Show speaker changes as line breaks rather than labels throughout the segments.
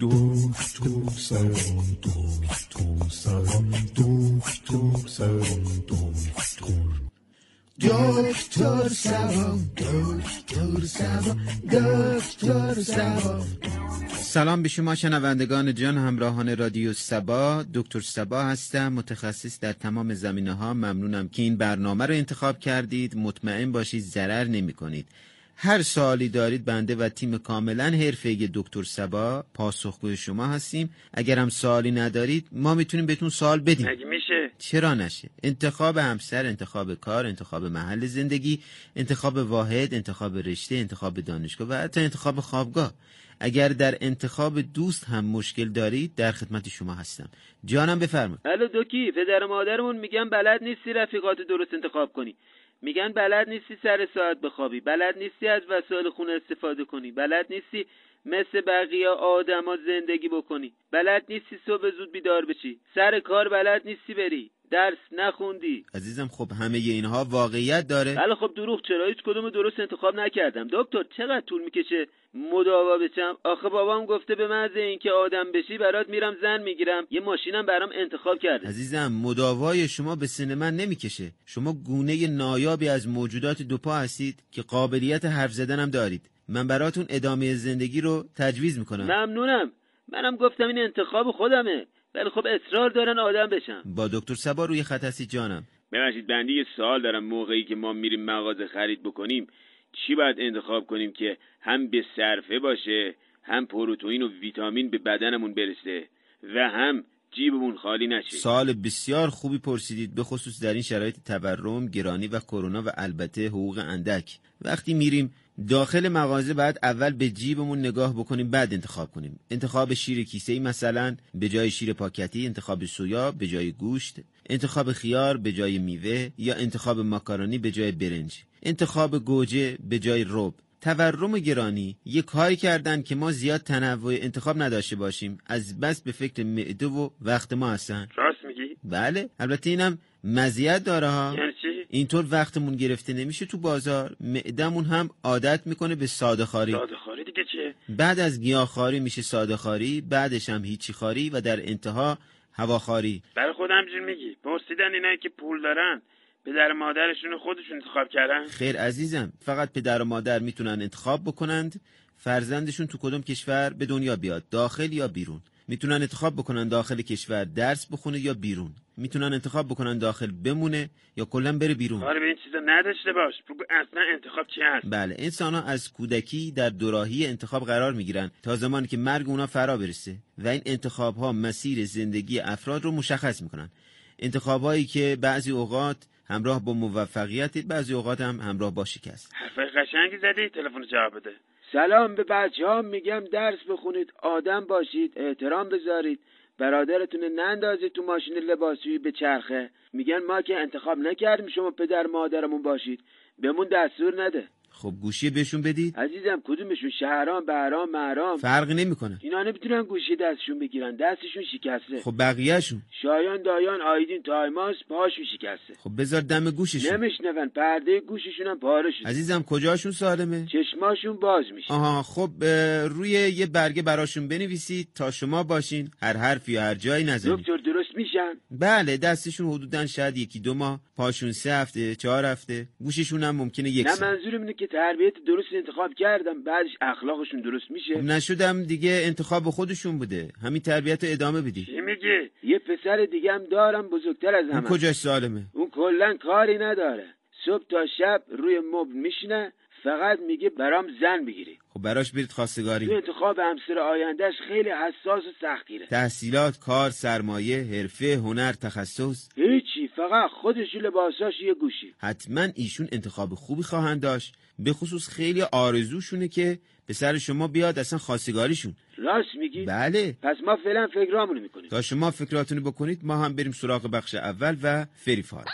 Doktor Sören, Doktor Sören, Doktor Sören, Doktor. Doktor Sören, Doktor Sören, Doktor Sören.
سلام به شما شنوندگان جان همراهان رادیو سبا دکتر سبا هستم متخصص در تمام زمینه ها ممنونم که این برنامه رو انتخاب کردید مطمئن باشید ضرر نمی کنید هر سوالی دارید بنده و تیم کاملا حرفه دکتر سبا پاسخگوی شما هستیم اگر هم سوالی ندارید ما میتونیم بهتون سوال بدیم
مگه میشه
چرا نشه انتخاب همسر انتخاب کار انتخاب محل زندگی انتخاب واحد انتخاب رشته انتخاب دانشگاه و حتی انتخاب خوابگاه اگر در انتخاب دوست هم مشکل دارید در خدمت شما هستم جانم بفرمایید
الو دوکی پدر و مادرمون میگن بلد نیستی رفیقات درست انتخاب کنی میگن بلد نیستی سر ساعت بخوابی بلد نیستی از وسایل خونه استفاده کنی بلد نیستی مثل بقیه آدما زندگی بکنی بلد نیستی صبح زود بیدار بشی سر کار بلد نیستی بری درس نخوندی
عزیزم خب همه اینها واقعیت داره
بله خب دروغ چرا هیچ کدوم رو درست انتخاب نکردم دکتر چقدر طول میکشه مداوا بشم آخه بابام گفته به محض اینکه آدم بشی برات میرم زن میگیرم یه ماشینم برام انتخاب کرده
عزیزم مداوای شما به سن من نمیکشه شما گونه نایابی از موجودات دوپا هستید که قابلیت حرف زدن هم دارید من براتون ادامه زندگی رو تجویز میکنم
ممنونم منم گفتم این انتخاب خودمه ولی خب اصرار دارن آدم بشم
با دکتر سبا روی خط هستی جانم
ببخشید بنده یه سوال دارم موقعی که ما میریم مغازه خرید بکنیم چی باید انتخاب کنیم که هم به صرفه باشه هم پروتئین و ویتامین به بدنمون برسه و هم جیبمون خالی نشه
سال بسیار خوبی پرسیدید به خصوص در این شرایط تورم، گرانی و کرونا و البته حقوق اندک. وقتی میریم داخل مغازه بعد اول به جیبمون نگاه بکنیم بعد انتخاب کنیم. انتخاب شیر کیسه ای مثلا به جای شیر پاکتی، انتخاب سویا به جای گوشت، انتخاب خیار به جای میوه یا انتخاب ماکارونی به جای برنج. انتخاب گوجه به جای رب. تورم و گرانی یه کاری کردن که ما زیاد تنوع انتخاب نداشته باشیم از بس به فکر معده و وقت ما هستن
راست میگی
بله البته اینم مزیت داره ها
یعنی چی
اینطور وقتمون گرفته نمیشه تو بازار معدمون هم عادت میکنه به ساده خاری
داده خاری دیگه چه
بعد از گیاهخواری میشه ساده خاری بعدش هم هیچی خاری و در انتها هواخواری
برای خودم همجور میگی پرسیدن اینایی که پول دارن پدر و مادرشون رو خودشون انتخاب کردن
خیر عزیزم فقط پدر و مادر میتونن انتخاب بکنند فرزندشون تو کدوم کشور به دنیا بیاد داخل یا بیرون میتونن انتخاب بکنن داخل کشور درس بخونه یا بیرون میتونن انتخاب بکنن داخل بمونه یا کلا بره بیرون
کار آره، به این چیزا نداشته باش بگو اصلا انتخاب چی هست
بله انسان ها از کودکی در دوراهی انتخاب قرار میگیرن تا زمانی که مرگ اونا فرا برسه و این انتخاب ها مسیر زندگی افراد رو مشخص میکنن انتخاب هایی که بعضی اوقات همراه با موفقیت بعضی اوقات هم همراه با شکست
حرفای قشنگی زدی تلفن رو جواب بده
سلام به بچه ها میگم درس بخونید آدم باشید احترام بذارید برادرتون رو نندازید تو ماشین لباسویی به چرخه میگن ما که انتخاب نکردیم شما پدر مادرمون باشید بهمون دستور نده
خب گوشی بهشون بدید
عزیزم کدومشون شهرام بهرام مهرام
فرق نمیکنه
اینا نمیتونن گوشی دستشون بگیرن دستشون شکسته
خب بقیهشون
شایان دایان آیدین تایماس پاشون شکسته
خب بذار دم گوششون
نمیشنون پرده گوششون هم پاره شده
عزیزم کجاشون سالمه
چشماشون باز میشه
آها خب اه، روی یه برگه براشون بنویسید تا شما باشین هر حرفی یا هر جایی نزنید
دکتر درست میشن
بله دستشون حدودا شاید یکی دو ماه پاشون سه هفته چهار هفته گوششون هم ممکنه یک
نه
سال
منظورم اینه که تربیت درست انتخاب کردم بعدش اخلاقشون درست
خب
میشه
نشدم دیگه انتخاب خودشون بوده همین تربیت رو ادامه بدی
چی میگی
یه پسر دیگه هم دارم بزرگتر از
اون
همه
کجاش سالمه
اون کلا کاری نداره صبح تا شب روی مبل میشینه فقط میگه برام زن بگیری
خب براش برید
تو
خواستگاری
انتخاب همسر آیندهش خیلی حساس و سختگیره
تحصیلات کار سرمایه حرفه هنر تخصص
هیچی فقط خودش و لباساش و یه گوشی
حتما ایشون انتخاب خوبی خواهند داشت به خصوص خیلی آرزوشونه که به سر شما بیاد اصلا خواستگاریشون
راست میگی
بله
پس ما فعلا فکرامونو میکنیم
تا شما فکراتونو بکنید ما هم بریم سراغ بخش اول و فریفار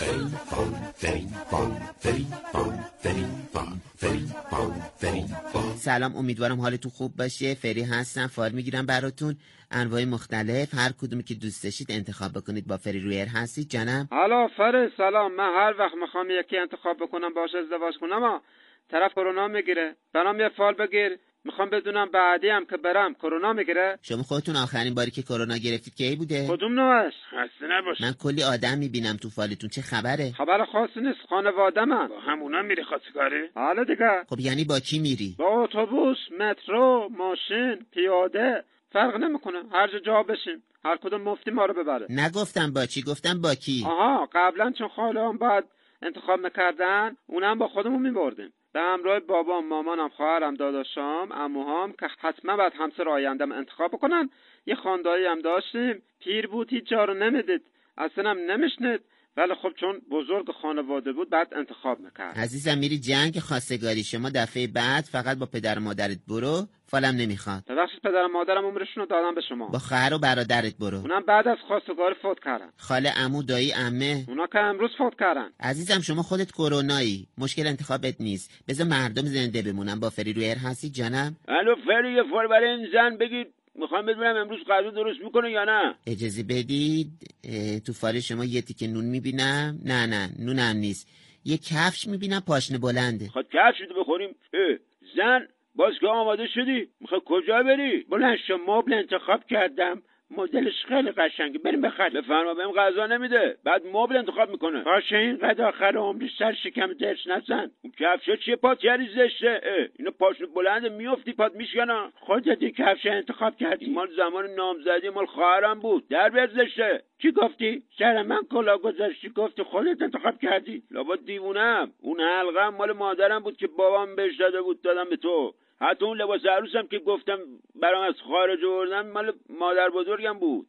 Very fun, very fun, very fun, very fun, very fun, very fun.
سلام امیدوارم حالتون خوب باشه فری هستم فار میگیرم براتون انواع مختلف هر کدومی که دوست داشتید انتخاب بکنید با فری رویر هستید جانم
حالا فر سلام من هر وقت میخوام یکی انتخاب بکنم باشه ازدواج کنم ها طرف کرونا میگیره برام یه فال بگیر میخوام بدونم بعدی هم که برم کرونا میگیره
شما خودتون آخرین باری که کرونا گرفتید کی بوده
کدوم نوعش هستی نباش
من کلی آدم میبینم تو فالتون چه خبره
خبر خاصی نیست خانواده من
همونا میری خواستگاری
حالا دیگه
خب یعنی با کی میری
با اتوبوس مترو ماشین پیاده فرق نمیکنه هر جا جا بشیم هر کدوم مفتی ما رو ببره
نگفتم با چی گفتم با کی
آها قبلا چون خاله هم باید انتخاب میکردن اونم با خودمون میبردیم به همراه بابام مامانم خواهرم داداشام اموهام که حتما باید همسر آیندم انتخاب بکنن یه خاندایی هم داشتیم پیر بود هیچ جا رو نمیدید اصلا هم نمیشنید ولی خب چون بزرگ خانواده بود بعد انتخاب میکرد
عزیزم میری جنگ خواستگاری شما دفعه بعد فقط با پدر و مادرت برو فالم نمیخواد
ببخشید پدرم مادرم عمرشون رو دادم به شما
با خواهر و برادرت برو
اونم بعد از خواستگاری فوت کردن
خاله عمو دایی عمه
اونا که امروز فوت کردن
عزیزم شما خودت کرونایی مشکل انتخابت نیست بذار مردم زنده بمونن با فری رویر هستی جانم
الو فری یه فوربر این زن بگید میخوام بدونم امروز غذا درست میکنه یا نه
اجازه بدید اه، تو فال شما یه تیکه نون میبینم نه نه نونم نیست یه کفش میبینم پاشنه بلنده
خب کف شده بخوریم اه، زن باز که آماده شدی میخوای کجا بری بلند شو مبل انتخاب کردم مدلش خیلی قشنگه بریم بخریم بفرما بهم غذا نمیده بعد مبل انتخاب میکنه باشه اینقدر آخر عمری سر شکم درس نزن اون کفشا چیه پات کردی زشته اه، اینا پاشنه بلنده میافتی پات میشکنن خودت یه کفش انتخاب کردی مال زمان نامزدی مال خواهرم بود در بیار زشته چی گفتی سر من کلا گذاشتی گفتی خودت انتخاب کردی لابد دیوونم اون حلقه هم مال مادرم بود که بابام بهش داده بود دادم به تو حتی اون لباس عروسم که گفتم برام از خارج آوردن مال مادر بزرگم بود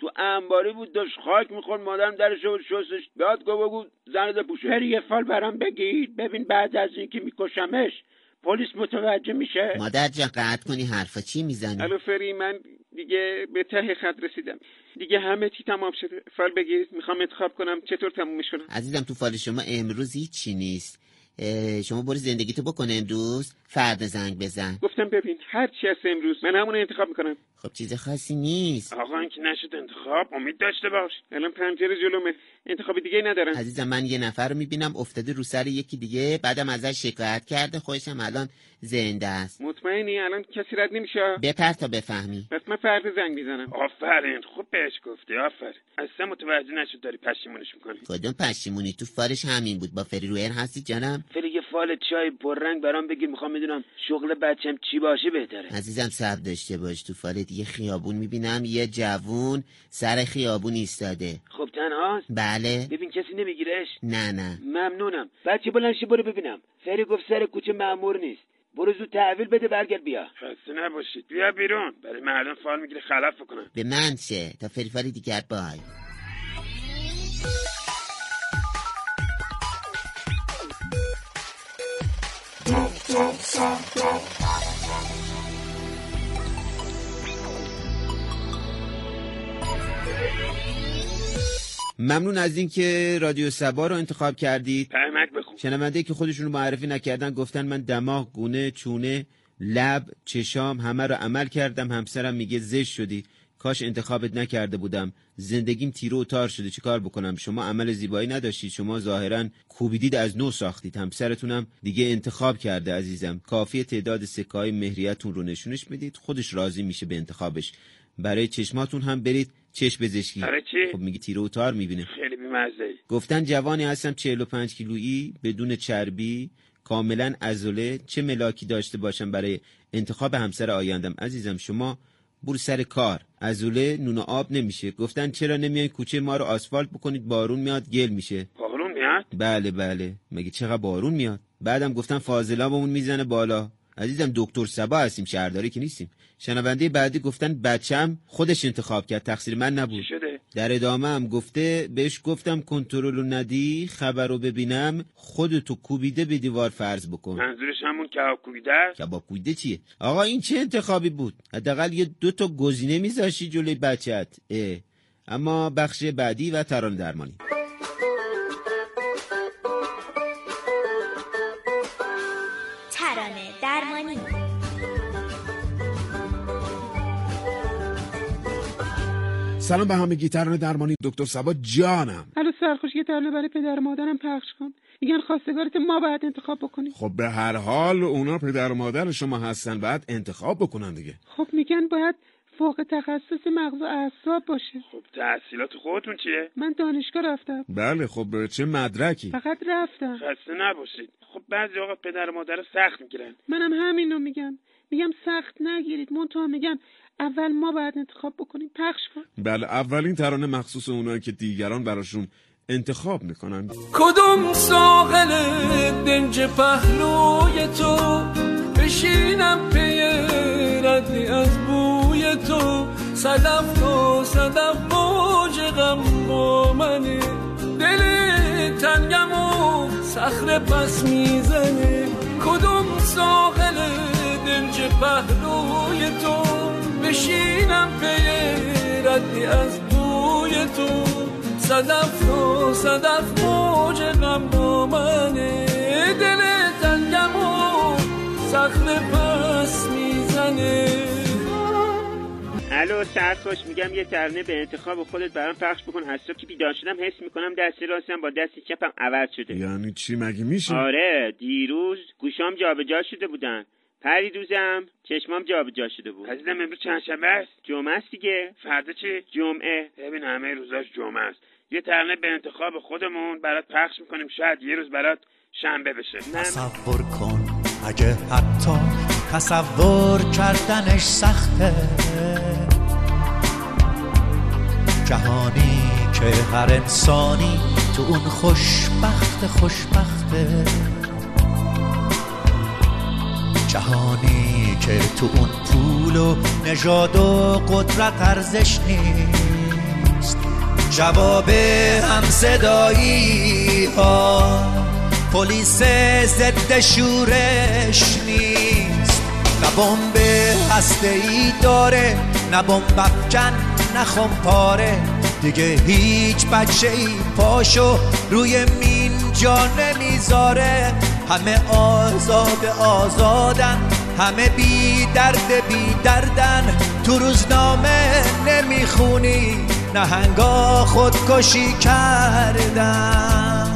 تو انباری بود داشت خاک میخورد مادرم درش بود شستش داد گو بگو زن بپوشه هر یه فال برام بگید ببین بعد از اینکه میکشمش پلیس متوجه میشه
مادر جان قطع کنی حرفا چی میزنی
الو فری من دیگه به ته خط رسیدم دیگه همه چی تمام شده فال بگیرید میخوام انتخاب کنم چطور تمومش کنم
عزیزم تو فال شما امروز هیچی نیست اه، شما برو زندگیتو بکن امروز فردا زنگ بزن
گفتم ببین هر چی هست امروز من همون رو انتخاب میکنم
خب چیز خاصی نیست
آقا که نشد انتخاب امید داشته باش الان پنجره جلومه انتخاب دیگه ندارم
عزیزم من یه نفر رو میبینم افتاده رو سر یکی دیگه بعدم ازش شکایت کرده خودشم الان زنده است
مطمئنی الان کسی رد نمیشه
بپر تا بفهمی
پس من فردا زنگ میزنم
آفرین خوب بهش گفتی آفرین اصلا متوجه نشد داری پشیمونش میکنی
کدوم پشیمونی تو فارش همین بود با فری رویر هستی جانم
فری یه فال چای پررنگ برام بگیر میخوام میدونم شغل بچم چی باشه بهتره
عزیزم صبر داشته باش تو فالت یه خیابون میبینم یه جوون سر خیابون ایستاده
خب تنهاست
بله
ببین کسی نمیگیرش
نه نه
ممنونم بچه بلند شو برو ببینم فری گفت سر کوچه مامور نیست برو زود تحویل بده برگرد بیا
خسته نباشید بیا بیرون برای مردم فال میگیره خلاف بکنم
به من چه تا فریفاری دیگر بای ممنون از اینکه رادیو سبا رو انتخاب کردید
پرمک بخون
شنونده که خودشون رو معرفی نکردن گفتن من دماغ گونه چونه لب چشام همه رو عمل کردم همسرم میگه زشت شدی کاش انتخابت نکرده بودم زندگیم تیره و تار شده چی کار بکنم شما عمل زیبایی نداشتید شما ظاهرا کوبیدید از نو ساختید همسرتونم دیگه انتخاب کرده عزیزم کافی تعداد سکه های مهریتون رو نشونش بدید خودش راضی میشه به انتخابش برای چشماتون هم برید چشم پزشکی
برای چی؟
خب میگه تیره و تار میبینه
خیلی بیمزه ای
گفتن جوانی هستم 45 کیلویی بدون چربی کاملا عضله چه ملاکی داشته باشم برای انتخاب همسر آیندم عزیزم شما بور سر کار عضله نون و آب نمیشه گفتن چرا نمیای کوچه ما رو آسفالت بکنید بارون میاد گل میشه
بارون میاد
بله بله مگه چقدر بارون میاد بعدم گفتن فاضلابمون میزنه بالا عزیزم دکتر سبا هستیم شهرداری که نیستیم شنونده بعدی گفتن بچم خودش انتخاب کرد تقصیر من نبود
چی شده
در ادامه هم گفته بهش گفتم کنترل رو ندی خبر رو ببینم خودتو کوبیده به دیوار فرض بکن
منظورش همون کباب کوبیده است
کباب کوبیده چیه آقا این چه انتخابی بود حداقل یه دو تا گزینه میذاشی جلوی بچت اه. اما بخش بعدی و ترانه درمانی
ترانه درمانی
سلام به همه گیتران درمانی دکتر سبا جانم
الو سرخوش یه ترانه برای پدر و مادرم پخش کن
میگن خواستگارت ما باید انتخاب بکنیم
خب به هر حال اونا پدر و مادر شما هستن باید انتخاب بکنن دیگه
خب میگن باید فوق تخصص مغز و اعصاب باشه
خب تحصیلات خودتون چیه
من دانشگاه رفتم
بله خب چه مدرکی
فقط رفتم
خسته نباشید خب بعضی آقا پدر و مادر سخت میگیرن
منم همینو میگم میگم سخت نگیرید منتها میگن اول ما باید انتخاب بکنیم پخش کن
بله اولین ترانه مخصوص اونایی که دیگران براشون انتخاب میکنن
کدوم ساغل دنج پهلوی تو بشینم پی ردی از بوی تو صدف تو صدف موج غم با منه دل تنگم و صخره پس میزنه کدوم ساغل دنج پهلوی تو بشینم پی ردی از بوی تو صدف رو صدف موج غم با منه دل تنگم و سخن پس میزنه
الو سرخوش میگم یه ترنه به انتخاب خودت برام پخش بکن از صبح که بیدار شدم حس میکنم دست راستم با دست چپم عوض شده
یعنی چی مگه میشه
آره دیروز گوشام جابجا شده بودن پری روزم چشمام جابجا شده بود
عزیزم امروز چند شنبه است
جمعه است دیگه
فردا چی
جمعه
ببین همه روزاش جمعه است یه ترنه به انتخاب خودمون برات پخش میکنیم شاید یه روز برات شنبه بشه
تصور کن اگه حتی تصور کردنش سخته جهانی که هر انسانی تو اون خوشبخت خوشبخته جهانی که تو اون پول و نژاد و قدرت ارزش نیست جواب هم صدایی ها پلیس ضد شورش نیست نه بمب هسته ای داره نه بمب افکن نه خمپاره دیگه هیچ بچه ای پاشو روی مین جا نمیذاره همه آزاد آزادن همه بی درد بی دردن تو روزنامه نمیخونی نهنگا خودکشی کردن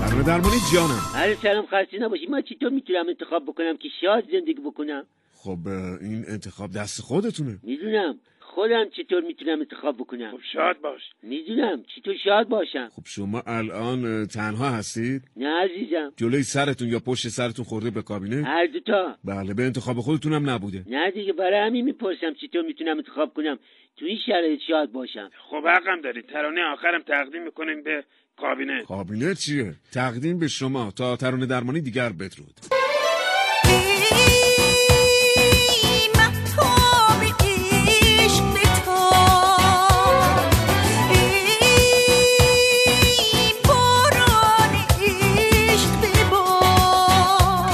برنامه درمانی جانم
علی سلام خسته نباشی من چطور میتونم انتخاب بکنم که شاد زندگی بکنم
خب اه، این انتخاب دست خودتونه
میدونم خودم چطور میتونم انتخاب بکنم
خب شاد باش
میدونم چطور شاد باشم
خب شما الان اه، تنها هستید
نه عزیزم
جلوی سرتون یا پشت سرتون خورده به کابینه
هر دوتا
بله به انتخاب خودتونم نبوده
نه دیگه برای همین میپرسم چطور میتونم انتخاب کنم تو این شرایط شاد باشم
خب حقم دارید ترانه آخرم تقدیم میکنیم به کابینه
کابینه چیه تقدیم به شما تا ترانه درمانی دیگر بدرود
ای مهتاب عشق تو ای باران عشق ببار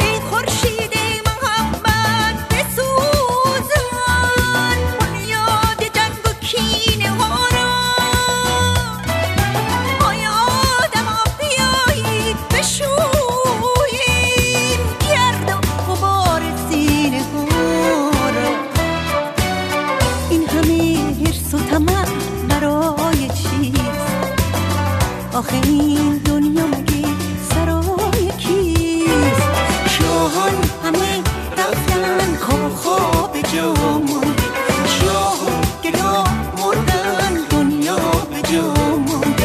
ای خورشید محمد بسوزان بنیاد جنگ و کینه ها را آیا آدم ها بیایید بشوییم گرد و غبار سینه ها را این همه حرص و طمع برای چیست آخه این دنیا مگه سرای کیست شاهان همه رفتن خواب خواب جا ماند شاهان گدا مردن دنیا به جا ماند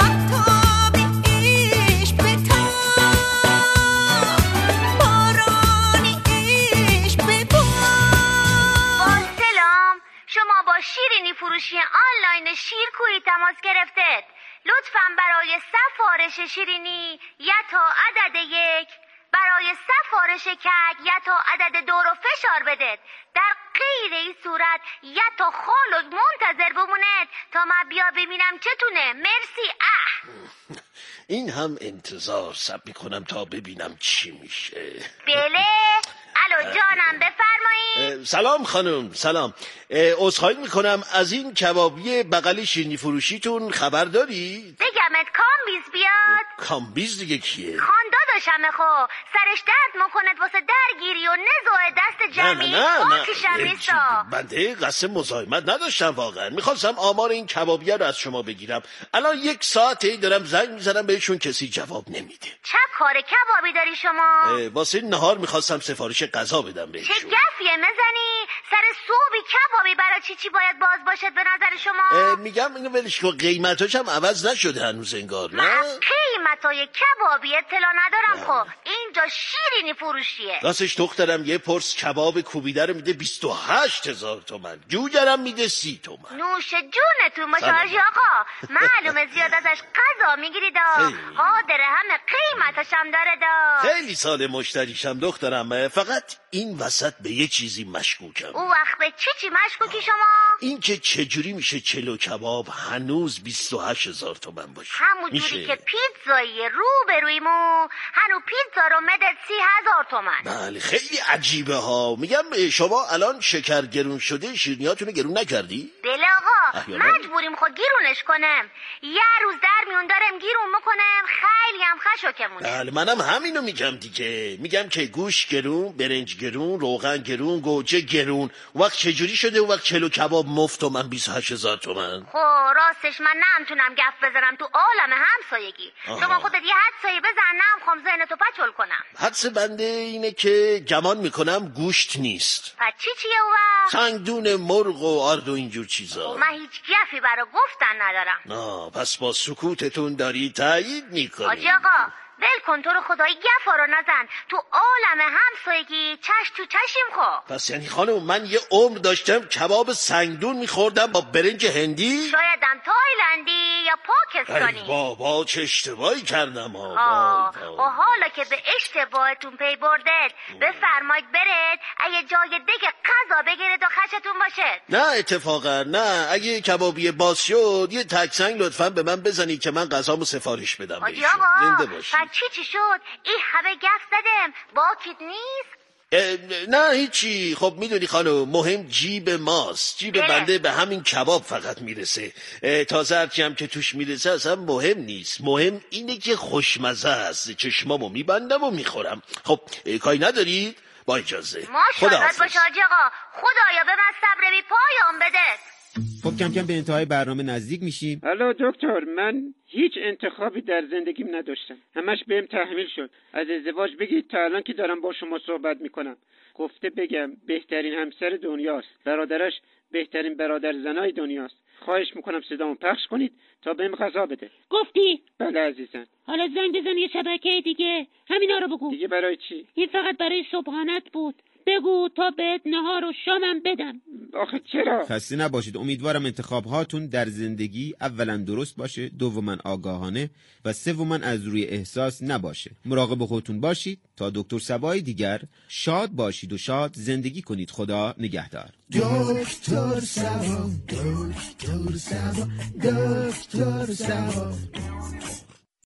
مهتاب عشق بتاب باران عشق ببار
سلام شما با شیرینی فروشی آنلاین شیرکویی تماس گرفتید لطفا برای سفارش شیرینی یا تا عدد یک برای سفارش کک یا تا عدد دو رو فشار بدید در غیر این صورت یا تا خالق منتظر بمونید تا من بیا ببینم چتونه مرسی اه
این هم انتظار سب میکنم تا ببینم چی میشه
بله الو جانم بفرمایید
اه، سلام خانم سلام اه، عذرخواهی میکنم از این کبابی بغل شیرینی فروشیتون خبر داری؟
بگمت کامبیز بیاد
کامبیز دیگه کیه؟
خان بکشم خو خب. سرش درد مکند واسه درگیری و نزاع دست جمعی باکشم نیستا
بنده قصد مزاحمت نداشتم واقعا میخواستم آمار این کبابیه رو از شما بگیرم الان یک ساعته دارم زنگ میزنم بهشون کسی جواب نمیده
چه کار کبابی داری شما
اه، واسه نهار میخواستم سفارش غذا بدم
چه
بهشون
گفیه مزنی سر صوبی کبابی برای چی چی باید باز باشد به نظر
اه،
شما
میگم اینو ولش کن قیمتاش هم عوض نشده هنوز انگار
من
نه
از قیمتای کبابی اطلاع ندارم خب اینجا شیرینی فروشیه
راستش دخترم یه پرس کباب کوبیده رو میده 28 هزار تومن جوجرم میده 30 تومن
نوش جونتون باشه
سلام.
حاجی آقا معلومه زیاد ازش قضا میگیرید آ.
خیلی.
قادر همه قیمتش هم داره دا
خیلی سال مشتریشم دخترم اه، فقط این وسط به یه چیزی مشکوکم
او وقت به چی چی مشکوکی شما
این که چجوری میشه چلو کباب هنوز 28 هزار تومن باشه
همون جوری که پیتزایی رو به رویمون هنو پیتزا رو مدد سی هزار تومن
بله خیلی عجیبه ها میگم اه، شما الان شکر گرون شده شیرینیاتونو گرون نکردی؟
بله آقا
احیانا.
مجبوریم خود گیرونش کنم یه روز در میون دارم گیرون میکنم خیلی هم خشکمونه
بله منم همینو میگم دیگه میگم که گوش گرون برنج گرون روغن گرون گوجه گرون اون وقت چجوری شده اون وقت چلو کباب مفت و من 28 هزار تومن
خب راستش من نمیتونم گپ بزنم تو عالم همسایگی
آها.
شما خودت یه حدسایی بزن نمیخوام ذهنتو پچل کنم
حدس بنده اینه که گمان میکنم گوشت نیست
پس چی چیه او وقت؟
سنگدون مرغ و آرد و اینجور چیزا
من هیچ گفی برا گفتن ندارم
نه پس با سکوتتون داری تایید میکنی
حاجی آقا ول کن تو رو خدای گفا رو نزن تو عالم همسایگی چش تو چشیم خب
پس یعنی خانم من یه عمر داشتم کباب سنگدون میخوردم با برنج هندی
شایدم تایلندی یا
ای
پاکستانی
بابا چه اشتباهی کردم ها
آه
وای وای.
و حالا که به اشتباهتون پی بردید بفرمایید برید اگه جای دیگه غذا بگیرید و خشتون باشد
نه اتفاقا نه اگه کبابی باز شد یه تکسنگ لطفا به من بزنی که من غذامو سفارش بدم
حاجی
بهشون. زنده
آقا
باشی
پس چی چی شد این همه گف زدم باکیت نیست
اه، نه هیچی خب میدونی خانم مهم جیب ماست جیب
بله.
بنده به همین کباب فقط میرسه اه، تازه هرچی هم که توش میرسه اصلا مهم نیست مهم اینه که خوشمزه است چشمامو میبندم و میخورم خب اه، کاری ندارید با اجازه
ماشاءالله
خداحافظ.
باشه حاجی آقا خدایا به من صبر بی پایان بده
خب کم کم به انتهای برنامه نزدیک میشیم
حالا دکتر من هیچ انتخابی در زندگیم نداشتم همش بهم تحمیل شد از ازدواج بگید تا الان که دارم با شما صحبت میکنم گفته بگم بهترین همسر دنیاست برادرش بهترین برادر زنای دنیاست خواهش میکنم صدامو پخش کنید تا بهم غذا بده
گفتی
بله عزیزم
حالا زنگ بزن یه شبکه دیگه همینا رو بگو
دیگه برای چی
این فقط برای صبحانت بود بگو تا بهت نهار و شامم بدم
آخه چرا
خسته نباشید امیدوارم انتخاب هاتون در زندگی اولا درست باشه دوما آگاهانه و سوما از روی احساس نباشه مراقب خودتون باشید تا دکتر سبای دیگر شاد باشید و شاد زندگی کنید خدا نگهدار
دکتر سبا دکتر سبا دکتر سبا